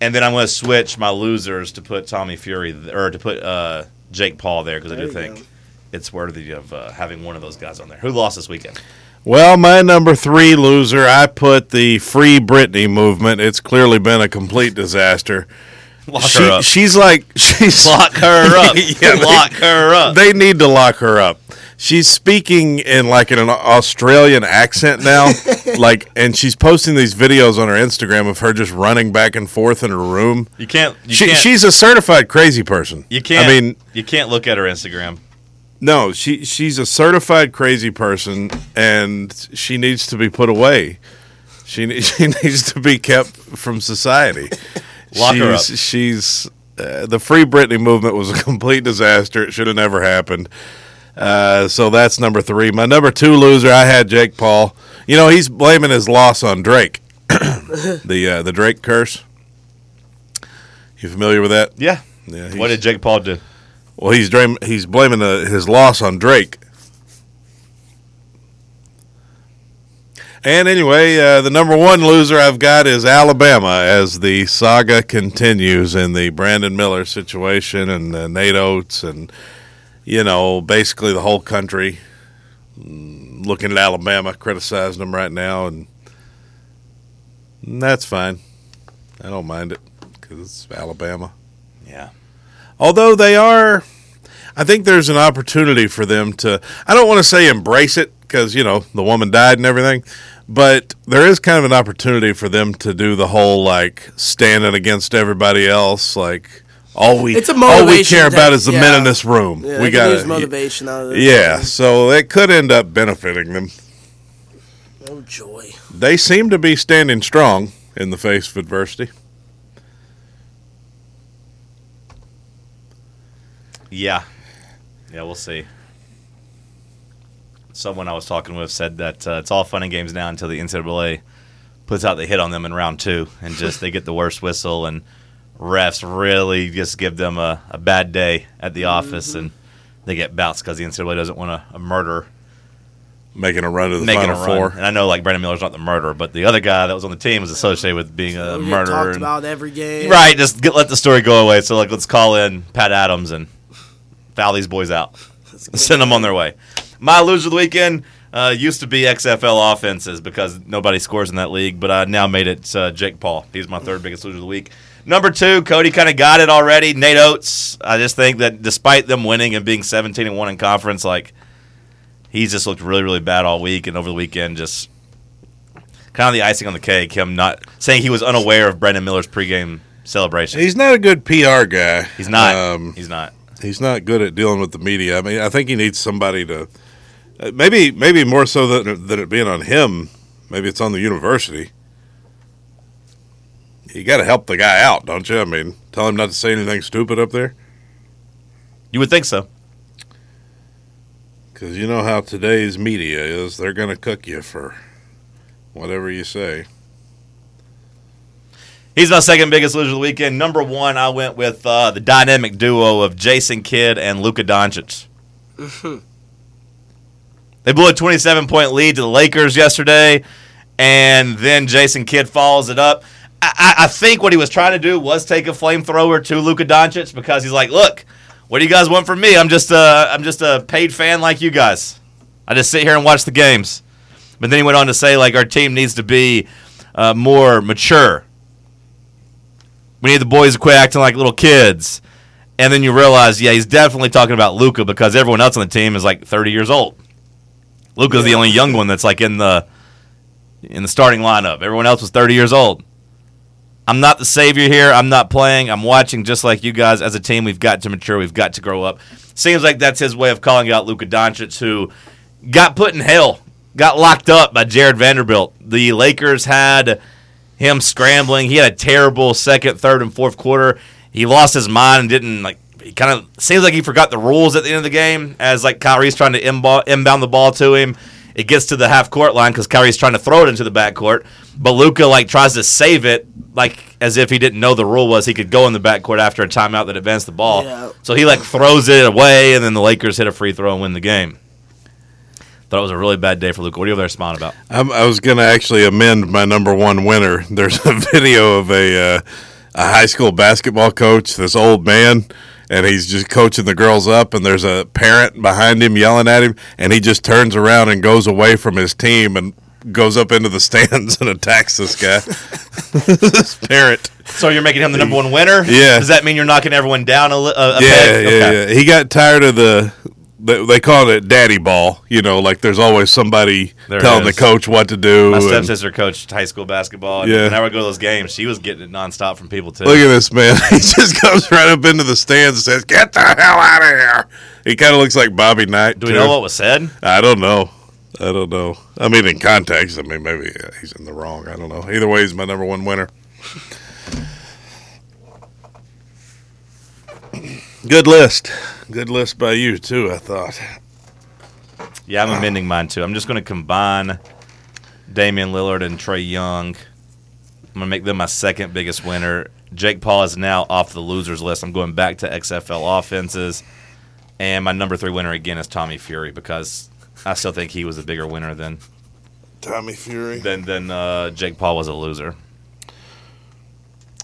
Speaker 5: And then I'm going to switch my losers to put Tommy Fury th- or to put uh, Jake Paul there because I do
Speaker 3: There you
Speaker 5: think it's worthy of uh, having one of those guys on there. Who lost this weekend?
Speaker 6: Well, my number three loser, I put the Free Britney movement. It's clearly been a complete disaster.
Speaker 5: Lock
Speaker 6: She-
Speaker 5: her up.
Speaker 6: she's like, she's
Speaker 5: Lock her up.
Speaker 6: Yeah, they-
Speaker 5: Lock her up.
Speaker 6: They need to lock her up. She's speaking in like an Australian accent now, like, and she's posting these videos on her Instagram of her just running back and forth in her room.
Speaker 5: you can't. You
Speaker 6: She,
Speaker 5: can't.
Speaker 6: she's a certified crazy person.
Speaker 5: you can't.
Speaker 6: I mean,
Speaker 5: you can't look at her Instagram.
Speaker 6: no, she she's a certified crazy person, and she needs to be put away. She ne- she needs to be kept from society.
Speaker 5: Lock
Speaker 6: she's,
Speaker 5: her up.
Speaker 6: She's uh, the Free Britney movement was a complete disaster. It should have never happened. Uh, so that's number three. My number two loser, I had Jake Paul. You know, he's blaming his loss on Drake, the uh, the Drake curse. You familiar with that?
Speaker 5: Yeah.
Speaker 6: Yeah.
Speaker 5: What
Speaker 6: he's-
Speaker 5: did Jake Paul do?
Speaker 6: well, he's dream- he's blaming uh, the, his loss on Drake. And anyway, uh, the number one loser I've got is Alabama as the saga continues in the Brandon Miller situation and uh, Nate Oates and, you know, basically the whole country mm, looking at Alabama, criticizing them right now. And, and that's fine. I don't mind it because it's Alabama.
Speaker 5: Yeah.
Speaker 6: Although they are, I think there's an opportunity for them to. I don't want to say embrace it because you know the woman died and everything, but there is kind of an opportunity for them to do the whole like standing against everybody else, like all we
Speaker 3: It's a
Speaker 6: all we
Speaker 3: motivation
Speaker 6: care
Speaker 3: thing,
Speaker 6: about is the men
Speaker 3: yeah.
Speaker 6: in this room.
Speaker 3: Yeah,
Speaker 6: we
Speaker 3: we
Speaker 6: got
Speaker 3: got lose motivation out of this.
Speaker 6: Yeah, so it could end up benefiting them.
Speaker 3: Oh joy.
Speaker 6: They seem to be standing strong in the face of adversity.
Speaker 5: Yeah. Yeah, we'll see. Someone I was talking with said that uh, it's all fun and games now until the NCAA puts out the hit on them in round two, and just they get the worst whistle, and refs really just give them a, a bad day at the office, and they get bounced because the NCAA doesn't want a, a murder
Speaker 6: Making a run to the
Speaker 5: making
Speaker 6: final
Speaker 5: a run.
Speaker 6: four.
Speaker 5: And I know like Brandon Miller's not the murderer, but the other guy that was on the team was associated with being a
Speaker 3: We get
Speaker 5: murderer.
Speaker 3: talked
Speaker 5: and-
Speaker 3: about every game.
Speaker 5: Right, just get, let the story go away. So like, let's call in Pat Adams and foul these boys out, send them on their way. My loser of the weekend uh, used to be XFL offenses because nobody scores in that league, but I now made it uh, Jake Paul. He's my third biggest loser of the week. Number two, Cody kind of got it already. Nate Oates. I just think that despite them winning and being 17 and one in conference, like he's just looked really, really bad all week and over the weekend just kind of the icing on the cake. Him not saying he was unaware of Brandon Miller's pregame celebration.
Speaker 6: He's not a good PR guy.
Speaker 5: He's not.
Speaker 6: Um,
Speaker 5: he's not.
Speaker 6: he's not good at dealing with the media. I mean, I think he needs somebody to uh, maybe maybe more so than than it being on him. Maybe it's on the university. You got to help the guy out, don't you? I mean, tell him not to say anything stupid up there
Speaker 5: You would think so.
Speaker 6: because you know how today's media is. They're going to cook you for whatever you say.
Speaker 5: He's my second biggest loser of the weekend. Number one, I went with uh, the dynamic duo of Jason Kidd and Luka Doncic. they blew a 27 point lead to the Lakers yesterday, and then Jason Kidd follows it up. I, I, I think what he was trying to do was take a flamethrower to Luka Doncic because he's like, "Look, what do you guys want from me? I'm just a, I'm just a paid fan like you guys. I just sit here and watch the games." But then he went on to say, like, our team needs to be uh, more mature. We need the boys to quit acting like little kids. And then you realize, yeah, he's definitely talking about Luca because everyone else on the team is like 30 years old. Luca's the only young one that's like in the in the starting lineup. Everyone else was 30 years old. I'm not the savior here. I'm not playing. I'm watching just like you guys as a team. We've got to mature. We've got to grow up. Seems like that's his way of calling out Luka Doncic, who got put in hell, got locked up by Jared Vanderbilt. The Lakers had him scrambling. He had a terrible second, third, and fourth quarter. He lost his mind and didn't like. He kind of seems like he forgot the rules at the end of the game as like Kyrie's trying to inbound, inbound the ball to him. It gets to the half court line because Kyrie's trying to throw it into the backcourt, but Luca like tries to save it like as if he didn't know the rule was he could go in the backcourt after a timeout that advanced the ball.
Speaker 3: Yeah.
Speaker 5: So he like throws it away, and then the Lakers hit a free throw and win the game. Thought it was a really bad day for Luca. What are you over there smiling about?
Speaker 6: I'm, I was going to actually amend my number one winner. There's a video of a uh, a high school basketball coach, this old man, and he's just coaching the girls up, and there's a parent behind him yelling at him, and he just turns around and goes away from his team and goes up into the stands and attacks this guy, this parent.
Speaker 5: So you're making him the number one winner.
Speaker 6: Yeah.
Speaker 5: Does that mean you're knocking everyone down a, li- a, a
Speaker 6: yeah,
Speaker 5: peg?
Speaker 6: yeah,
Speaker 5: Okay.
Speaker 6: yeah. He got tired of the. They they call it daddy ball, you know. Like there's always somebody
Speaker 5: There it
Speaker 6: telling the
Speaker 5: is.
Speaker 6: coach what to do.
Speaker 5: My
Speaker 6: and-
Speaker 5: stepsister coached high school basketball. And
Speaker 6: Yeah.
Speaker 5: When I would go to those games, she was getting it nonstop from people too.
Speaker 6: Look at this man. He just goes right up into the stands and says, "Get the hell out of here." He kind of looks like Bobby Knight.
Speaker 5: Do we
Speaker 6: too.
Speaker 5: know what was said?
Speaker 6: I don't know. I don't know. I mean, in context, I mean, maybe uh, he's in the wrong. I don't know. Either way, he's my number one winner. Good list. Good list by you too. I thought.
Speaker 5: Yeah, I'm amending mine too. I'm just going to combine Damian Lillard and Trey Young. I'm going to make them my second biggest winner. Jake Paul is now off the losers list. I'm going back to XFL offenses. And my number three winner again is Tommy Fury because I still think he was a bigger winner than
Speaker 8: Tommy Fury.
Speaker 5: then then uh, Jake Paul was a loser.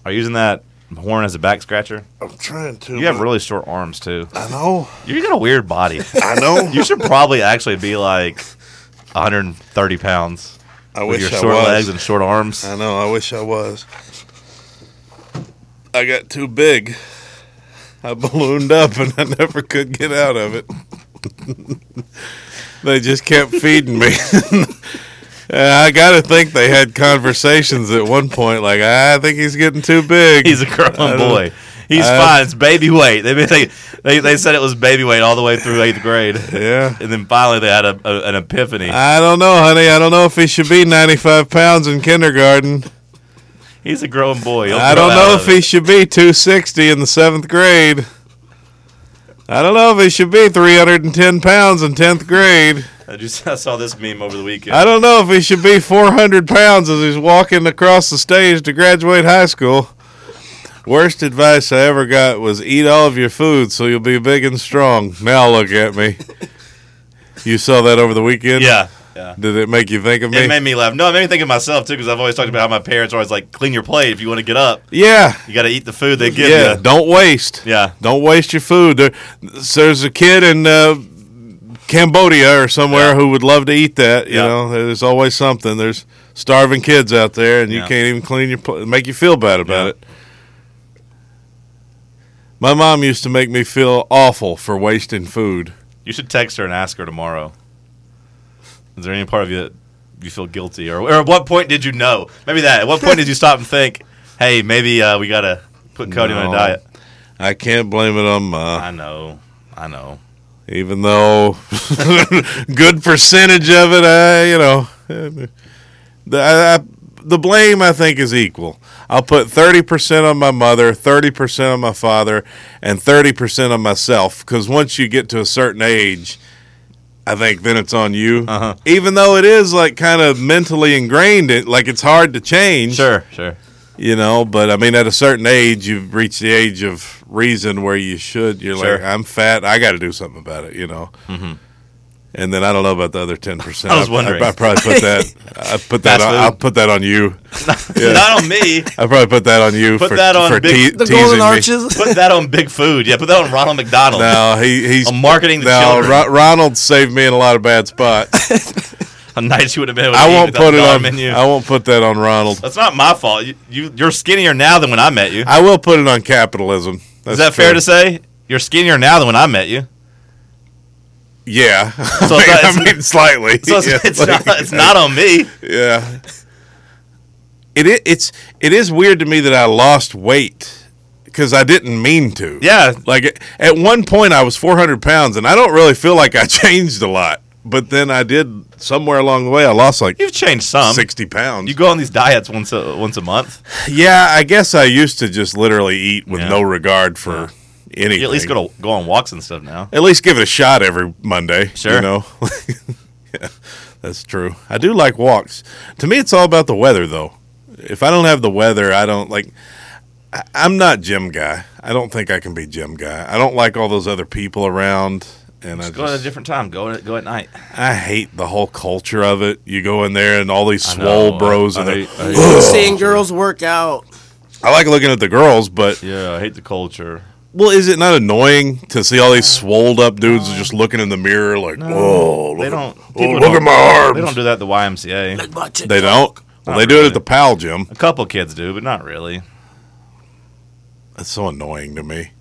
Speaker 5: Are you using that horn as a back scratcher?
Speaker 8: I'm trying to.
Speaker 5: You have
Speaker 8: but
Speaker 5: really short arms too.
Speaker 8: I know.
Speaker 5: You got a weird body.
Speaker 8: I know.
Speaker 5: You should probably actually be like 130 pounds
Speaker 8: I
Speaker 5: with
Speaker 8: wish
Speaker 5: your
Speaker 8: I
Speaker 5: short
Speaker 8: was.
Speaker 5: legs and short arms.
Speaker 6: Uh,
Speaker 8: I know. I wish I was. I got too big.
Speaker 6: I ballooned up and I never could get out of it. they just kept feeding me. Uh, I got to think they had conversations at one point, like, "Ah, I think he's getting too big.
Speaker 5: He's a growing
Speaker 6: don't-
Speaker 5: boy. He's
Speaker 6: I-
Speaker 5: fine. It's baby weight. They, they they they said it was baby weight all the way through eighth grade,
Speaker 6: yeah.
Speaker 5: and then finally they had a, a, an epiphany.
Speaker 6: I don't know, honey. I don't know if he should be 95 pounds in kindergarten.
Speaker 5: He's a growing boy. He'll
Speaker 6: I
Speaker 5: grow
Speaker 6: don't
Speaker 5: out
Speaker 6: know
Speaker 5: of
Speaker 6: if
Speaker 5: it.
Speaker 6: he should be 260 in the seventh grade. I don't know if he should be 310 pounds in 10th grade.
Speaker 5: I just I saw this meme over the weekend.
Speaker 6: I don't know if he should be 400 pounds as he's walking across the stage to graduate high school. Worst advice I ever got was eat all of your food so you'll be big and strong. Now look at me. You saw that over the weekend?
Speaker 5: yeah, yeah.
Speaker 6: Did it make you think of me?
Speaker 5: It made me laugh. No, it made me think of myself too, because I've always talked about how my parents are always like, "Clean your plate if you want to get up.
Speaker 6: yeah.
Speaker 5: You got to eat the food they give
Speaker 6: Yeah.
Speaker 5: you."
Speaker 6: Don't waste.
Speaker 5: Yeah,
Speaker 6: Don't waste your food. There, so there's a kid in uh, Cambodia or somewhere
Speaker 5: Yeah.
Speaker 6: who would love to eat that. You
Speaker 5: Yeah.
Speaker 6: know, there's always something. There's starving kids out there, and you
Speaker 5: Yeah.
Speaker 6: can't even clean your pl- make you feel bad about
Speaker 5: Yeah.
Speaker 6: it. My mom used to make me feel awful for wasting food.
Speaker 5: you should text her and ask her tomorrow. Is there any part of you that you feel guilty, or, or at what point did you know? Maybe that. At what point did you stop and think, "Hey, maybe uh, we got to put Cody on
Speaker 6: No.
Speaker 5: a diet"?
Speaker 6: I can't blame it on ma,
Speaker 5: I know, I know.
Speaker 6: even though good percentage of it, I you know, the I, I, the blame I think is equal. I'll put thirty percent on my mother, thirty percent on my father, and thirty percent on myself. Because once you get to a certain age, I think then it's on you.
Speaker 5: Uh-huh.
Speaker 6: Even though it is like kind of mentally ingrained, it like it's hard to change
Speaker 5: Sure, sure.
Speaker 6: you know but i mean at a certain age you've reached the age of reason where you should you're
Speaker 5: Sure. Mm-hmm.
Speaker 6: like i'm fat i got to do something about it you know and then i don't know about the other 10%
Speaker 5: I was wondering.
Speaker 6: i, probably put that i put that
Speaker 5: Fast
Speaker 6: on,
Speaker 5: food.
Speaker 6: i'll put that on you Yeah.
Speaker 5: Not on me.
Speaker 6: i probably put that on you
Speaker 5: Put
Speaker 6: for,
Speaker 5: that on
Speaker 6: for
Speaker 5: Big- The
Speaker 6: te-
Speaker 2: The
Speaker 6: teasing
Speaker 2: Golden
Speaker 6: me.
Speaker 2: Arches.
Speaker 5: Put that on big food. Yeah, put that on Ronald McDonald.
Speaker 6: no he, he's
Speaker 5: I'm marketing to
Speaker 6: no
Speaker 5: children.
Speaker 6: Ro- ronald saved me in a lot of bad spots
Speaker 5: On nights you would have been. Able to
Speaker 6: i
Speaker 5: eat
Speaker 6: won't
Speaker 5: without
Speaker 6: put it
Speaker 5: the
Speaker 6: on
Speaker 5: menu.
Speaker 6: i won't put that on ronald
Speaker 5: That's not my fault. You, you you're skinnier now than when I met you.
Speaker 6: i will put it on capitalism
Speaker 5: Is
Speaker 6: That's
Speaker 5: that fair
Speaker 6: true.
Speaker 5: to say? You're skinnier now than when I met you.
Speaker 6: yeah
Speaker 5: So it's not-
Speaker 6: I mean, slightly
Speaker 5: So it's,
Speaker 6: Yeah,
Speaker 5: it's,
Speaker 6: like-
Speaker 5: not, it's not on me.
Speaker 6: Yeah. It i- it's it is weird to me that I lost weight because I didn't mean to.
Speaker 5: Yeah.
Speaker 6: Like at- at one point I was 400 pounds and I don't really feel like I changed a lot, but then I did somewhere along the way I lost like
Speaker 5: You've changed some.
Speaker 6: 60 pounds.
Speaker 5: You go on these diets once a once a month.
Speaker 6: yeah, I guess I used to just literally eat with
Speaker 5: Yeah.
Speaker 6: no regard for anything.
Speaker 5: You at least go to go on walks and stuff now.
Speaker 6: at least give it a shot every Monday. You
Speaker 5: Sure.
Speaker 6: know? yeah, that's true. I do like walks. To me, it's all about the weather, though. If I don't have the weather, I don't like. I, I'm not gym guy. I don't think I can be gym guy. I don't like all those other people around. And I,
Speaker 5: Just go at a
Speaker 6: just,
Speaker 5: different time. Go at, go at night.
Speaker 6: I hate the whole culture of it. You go in there and all these
Speaker 5: I
Speaker 6: swole
Speaker 5: know.
Speaker 6: bros.
Speaker 5: I
Speaker 6: and they-
Speaker 5: hate- I hate-
Speaker 3: Seeing girls work out.
Speaker 6: I like looking at the girls, but
Speaker 5: yeah, I hate the culture.
Speaker 6: well, is it not annoying to see all these swolled up dudes just looking in the mirror like, whoa, look,
Speaker 5: Uh, They
Speaker 6: at-
Speaker 5: don't.
Speaker 6: oh,
Speaker 5: people
Speaker 6: look
Speaker 5: don't-
Speaker 6: at my arms.
Speaker 5: They don't do that at the YMCA.
Speaker 6: They don't. Well, they do it
Speaker 5: really.
Speaker 6: at the Powell gym.
Speaker 5: A couple kids do, but not really.
Speaker 6: That's so annoying to me.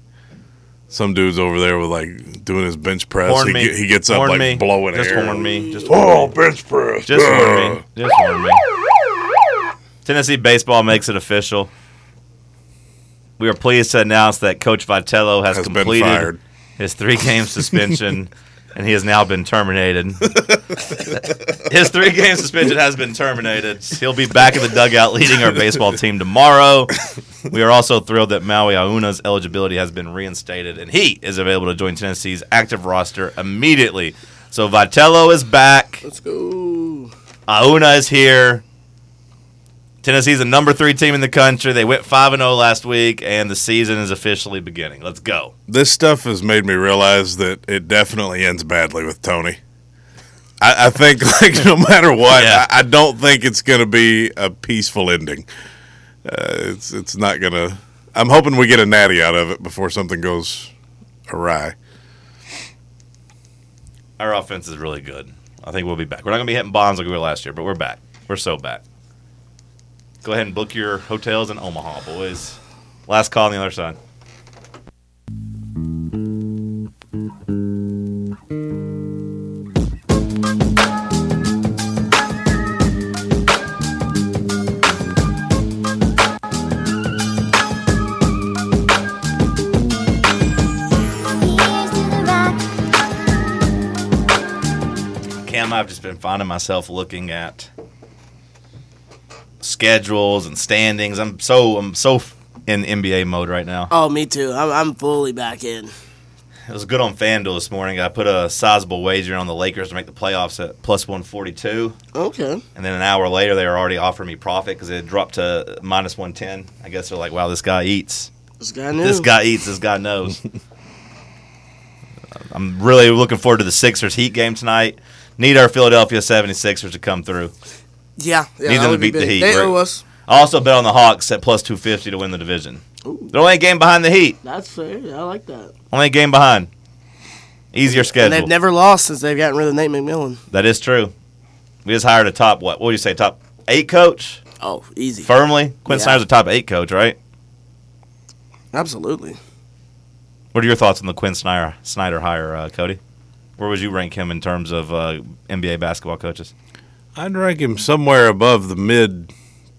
Speaker 6: Some dude's over there with like doing his bench press.
Speaker 5: Horn
Speaker 6: he,
Speaker 5: me.
Speaker 6: get- he gets up
Speaker 5: Horn
Speaker 6: like
Speaker 5: me.
Speaker 6: blowing
Speaker 5: Just
Speaker 6: air.
Speaker 5: horn me. Just horn
Speaker 6: Oh,
Speaker 5: me.
Speaker 6: bench press.
Speaker 5: Just
Speaker 6: Ugh.
Speaker 5: warn me. Just warn me. Tennessee baseball makes it official. We are pleased to announce that Coach Vitello has,
Speaker 6: Has been
Speaker 5: completed
Speaker 6: fired.
Speaker 5: his three-game suspension, and he has now been terminated. his three-game suspension has been terminated. He'll be back in the dugout leading our baseball team tomorrow. We are also thrilled that Maui Auna's eligibility has been reinstated, and he is available to join Tennessee's active roster immediately. So Vitello is back.
Speaker 8: Let's go.
Speaker 5: Auna is here. Tennessee's the number three team in the country. They went five and zero last week, and the season is officially beginning. Let's go.
Speaker 6: This stuff has made me realize that it definitely ends badly with Tony. I, I think like no matter what, I, I don't think it's going to be a peaceful ending. Uh, it's it's not going to. I'm hoping we get a natty out of it before something goes awry.
Speaker 5: Our offense is really good. I think we'll be back. We're not going to be hitting bombs like we were last year, but we're back. We're so back. Go ahead and book your hotels in Omaha, boys. Last call on the other side. Cam, I've just been finding myself looking at schedules and standings. I'm so I'm so f- in NBA mode right now.
Speaker 3: Oh, me too. I'm, I'm fully back in.
Speaker 5: It was good on FanDuel this morning. I put a sizable wager on the Lakers to make the playoffs at plus 142.
Speaker 3: Okay.
Speaker 5: And then an hour later, they were already offering me profit because it had dropped to minus 110. I guess they're like, wow, this guy eats.
Speaker 3: This guy knew.
Speaker 5: This guy eats. This guy knows. I'm really looking forward to the Sixers Heat game tonight. Need our Philadelphia 76ers to come through.
Speaker 3: Yeah. yeah
Speaker 5: Need
Speaker 3: that
Speaker 5: them to
Speaker 3: would be
Speaker 5: beat the
Speaker 3: big.
Speaker 5: Heat,
Speaker 3: They
Speaker 5: right?
Speaker 3: owe us.
Speaker 5: I also bet on the Hawks at plus 250 to win the division. They're only a game behind the Heat.
Speaker 3: That's fair. Yeah, I like that.
Speaker 5: Only a game behind. Easier
Speaker 3: And
Speaker 5: schedule.
Speaker 3: they've never lost since they've gotten rid of Nate McMillan.
Speaker 5: That is true. We just hired a top what? What would you say? Top eight coach
Speaker 3: Oh, easy.
Speaker 5: firmly. Quinn
Speaker 3: Yeah.
Speaker 5: Snyder's a top eight coach, right?
Speaker 3: Absolutely.
Speaker 5: What are your thoughts on the Quinn Snyder Snyder hire, uh, Cody? Where would you rank him in terms of uh, NBA basketball coaches?
Speaker 6: I'd rank him somewhere above the mid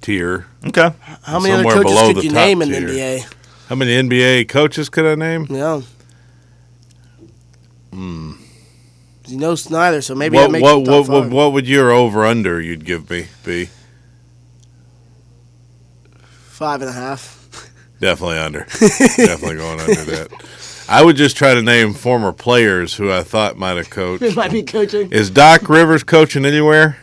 Speaker 6: tier.
Speaker 5: Okay,
Speaker 3: How many
Speaker 6: Somewhere
Speaker 3: other
Speaker 6: below
Speaker 3: coaches
Speaker 6: the
Speaker 3: could you
Speaker 6: top
Speaker 3: name in
Speaker 6: tier.
Speaker 3: the NBA?
Speaker 6: How many NBA coaches could I name?
Speaker 3: Yeah. You know Snyder, so maybe
Speaker 6: Hmm. what
Speaker 3: that makes the
Speaker 6: what
Speaker 3: top
Speaker 6: what, what
Speaker 3: five.
Speaker 6: what would your over under you'd give me be?
Speaker 3: five and a half.
Speaker 6: Definitely under. Definitely going under that. I would just try to name former players who I thought might have coached.
Speaker 3: It might be coaching.
Speaker 6: Is Doc Rivers coaching anywhere?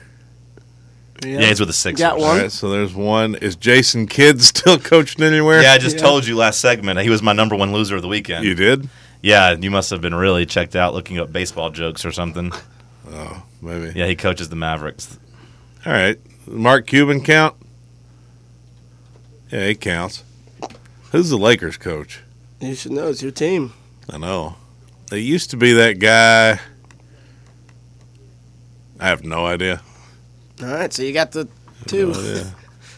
Speaker 5: yeah, he's with the Sixers.
Speaker 3: Got
Speaker 6: All
Speaker 3: one.
Speaker 6: right, so there's one. Is Jason Kidd still coaching anywhere?
Speaker 5: Yeah, I just told you last segment he was my number one loser of the weekend.
Speaker 6: You did?
Speaker 5: yeah, you must have been really checked out looking up baseball jokes or something.
Speaker 6: Maybe.
Speaker 5: Yeah, he coaches the Mavericks.
Speaker 6: All right. Mark Cuban count? Yeah, he counts. Who's the Lakers coach?
Speaker 3: You should know it's your team.
Speaker 6: I know. It used to be that guy. I have no idea.
Speaker 3: All right, so you got the two.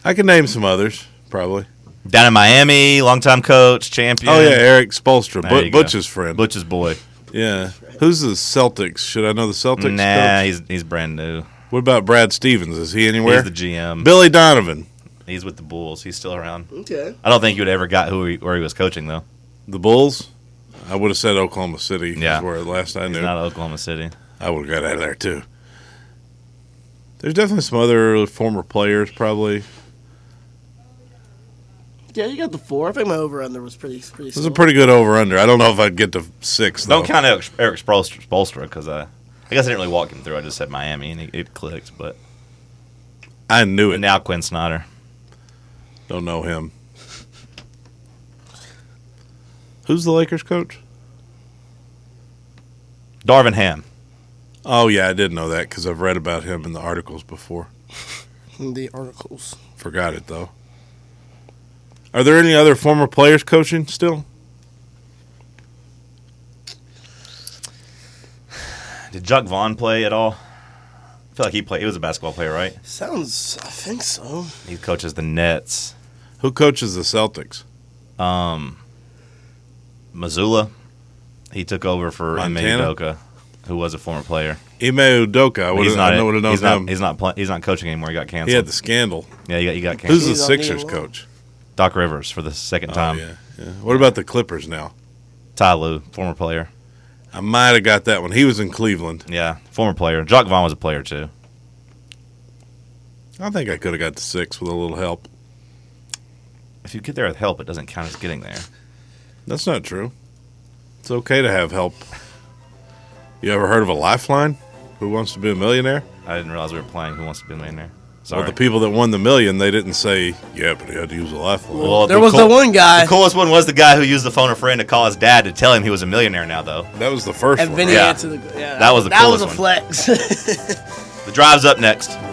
Speaker 6: I can name some others, probably.
Speaker 5: Down in Miami, longtime coach, champion.
Speaker 6: Oh yeah, Eric Spolstra,
Speaker 5: There
Speaker 6: but
Speaker 5: you go.
Speaker 6: Butch's friend.
Speaker 5: Butch's boy.
Speaker 6: yeah. Who's the Celtics? Should I know the Celtics?
Speaker 5: nah,
Speaker 6: coach?
Speaker 5: he's he's brand new.
Speaker 6: What about Brad Stevens? Is he anywhere?
Speaker 5: He's the GM.
Speaker 6: Billy Donovan,
Speaker 5: He's with the Bulls. He's still around.
Speaker 3: Okay.
Speaker 5: I don't think you would ever got who he, where he was coaching though.
Speaker 6: the Bulls. I would have said Oklahoma City.
Speaker 5: Yeah.
Speaker 6: is where last I
Speaker 5: He's
Speaker 6: knew,
Speaker 5: not at Oklahoma City.
Speaker 6: I would have got out of there too. There's definitely some other former players, probably.
Speaker 3: Yeah, you got the four. I think my over under was pretty pretty.
Speaker 6: This is a pretty good over under. I don't know if I'd get to six. Though.
Speaker 5: Don't count Eric, Eric Spolstra because I, I guess I didn't really walk him through. I just said Miami and it, it clicked. But
Speaker 6: I knew it.
Speaker 5: but now Quinn Snyder.
Speaker 6: Don't know him. Who's the Lakers coach?
Speaker 5: Darvin Ham.
Speaker 6: Oh yeah, I did know that because I've read about him in the articles before.
Speaker 3: solid. the articles.
Speaker 6: Forgot it though. Are there any other former players coaching still?
Speaker 5: Did Chuck Vaughn play at all? I feel like he played. He was a basketball player, right?
Speaker 3: Sounds. I think so.
Speaker 5: He coaches the Nets.
Speaker 6: Who coaches the Celtics?
Speaker 5: Um, Missoula. He took over for Ime
Speaker 6: Montana?
Speaker 5: Udoka, who was a former player.
Speaker 6: Ime Udoka. I
Speaker 5: But
Speaker 6: would
Speaker 5: he's
Speaker 6: have
Speaker 5: not.
Speaker 6: known him.
Speaker 5: he's not. He's not. Play, he's not coaching anymore. He got
Speaker 6: he had
Speaker 5: canceled.
Speaker 6: the scandal.
Speaker 5: yeah, he got. He got canceled.
Speaker 6: Who's the
Speaker 3: He's on the
Speaker 6: Sixers
Speaker 3: alarm.
Speaker 6: coach?
Speaker 5: Doc Rivers for the second time.
Speaker 6: Oh, yeah, yeah. What about the Clippers now?
Speaker 5: Ty Lue, former player.
Speaker 6: I might have got that one. He was in Cleveland.
Speaker 5: Yeah, former player. Jock Vaughn was a player too.
Speaker 6: I think I could have got to six with a little help.
Speaker 5: If you get there with help, it doesn't count as getting there.
Speaker 6: That's not true. It's okay to have help. You ever heard of a lifeline? Who wants to be a millionaire?
Speaker 5: I didn't realize we were playing Who Wants to Be a Millionaire. Sorry.
Speaker 6: The people that won the million, they didn't say, yeah, but he had to use a lifeline.
Speaker 5: Well,
Speaker 3: There was the one guy
Speaker 5: The coolest one was the guy who used the phone a friend to call his dad to tell him he was a millionaire now, though.
Speaker 6: that was the first
Speaker 3: and
Speaker 6: one.
Speaker 3: Vinny
Speaker 6: right?
Speaker 5: Yeah.
Speaker 3: answered the yeah,
Speaker 5: That was the
Speaker 3: that was a
Speaker 5: coolest
Speaker 3: flex.
Speaker 5: The drive's up next.